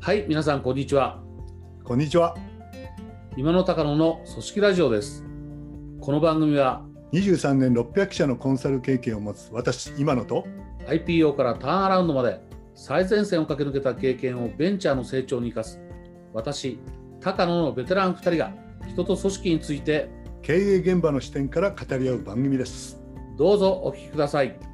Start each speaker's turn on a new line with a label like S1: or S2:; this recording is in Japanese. S1: はい、皆さんこんにちは。
S2: こんにちは。
S1: 今の高野の組織ラジオです。この番組は
S2: 23年600社のコンサル経験を持つ私、今野と
S1: IPO からターンアラウンドまで最前線を駆け抜けた経験をベンチャーの成長に生かす私、高野のベテラン2人が人と組織について
S2: 経営現場の視点から語り合う番組です。
S1: どうぞお聞きください。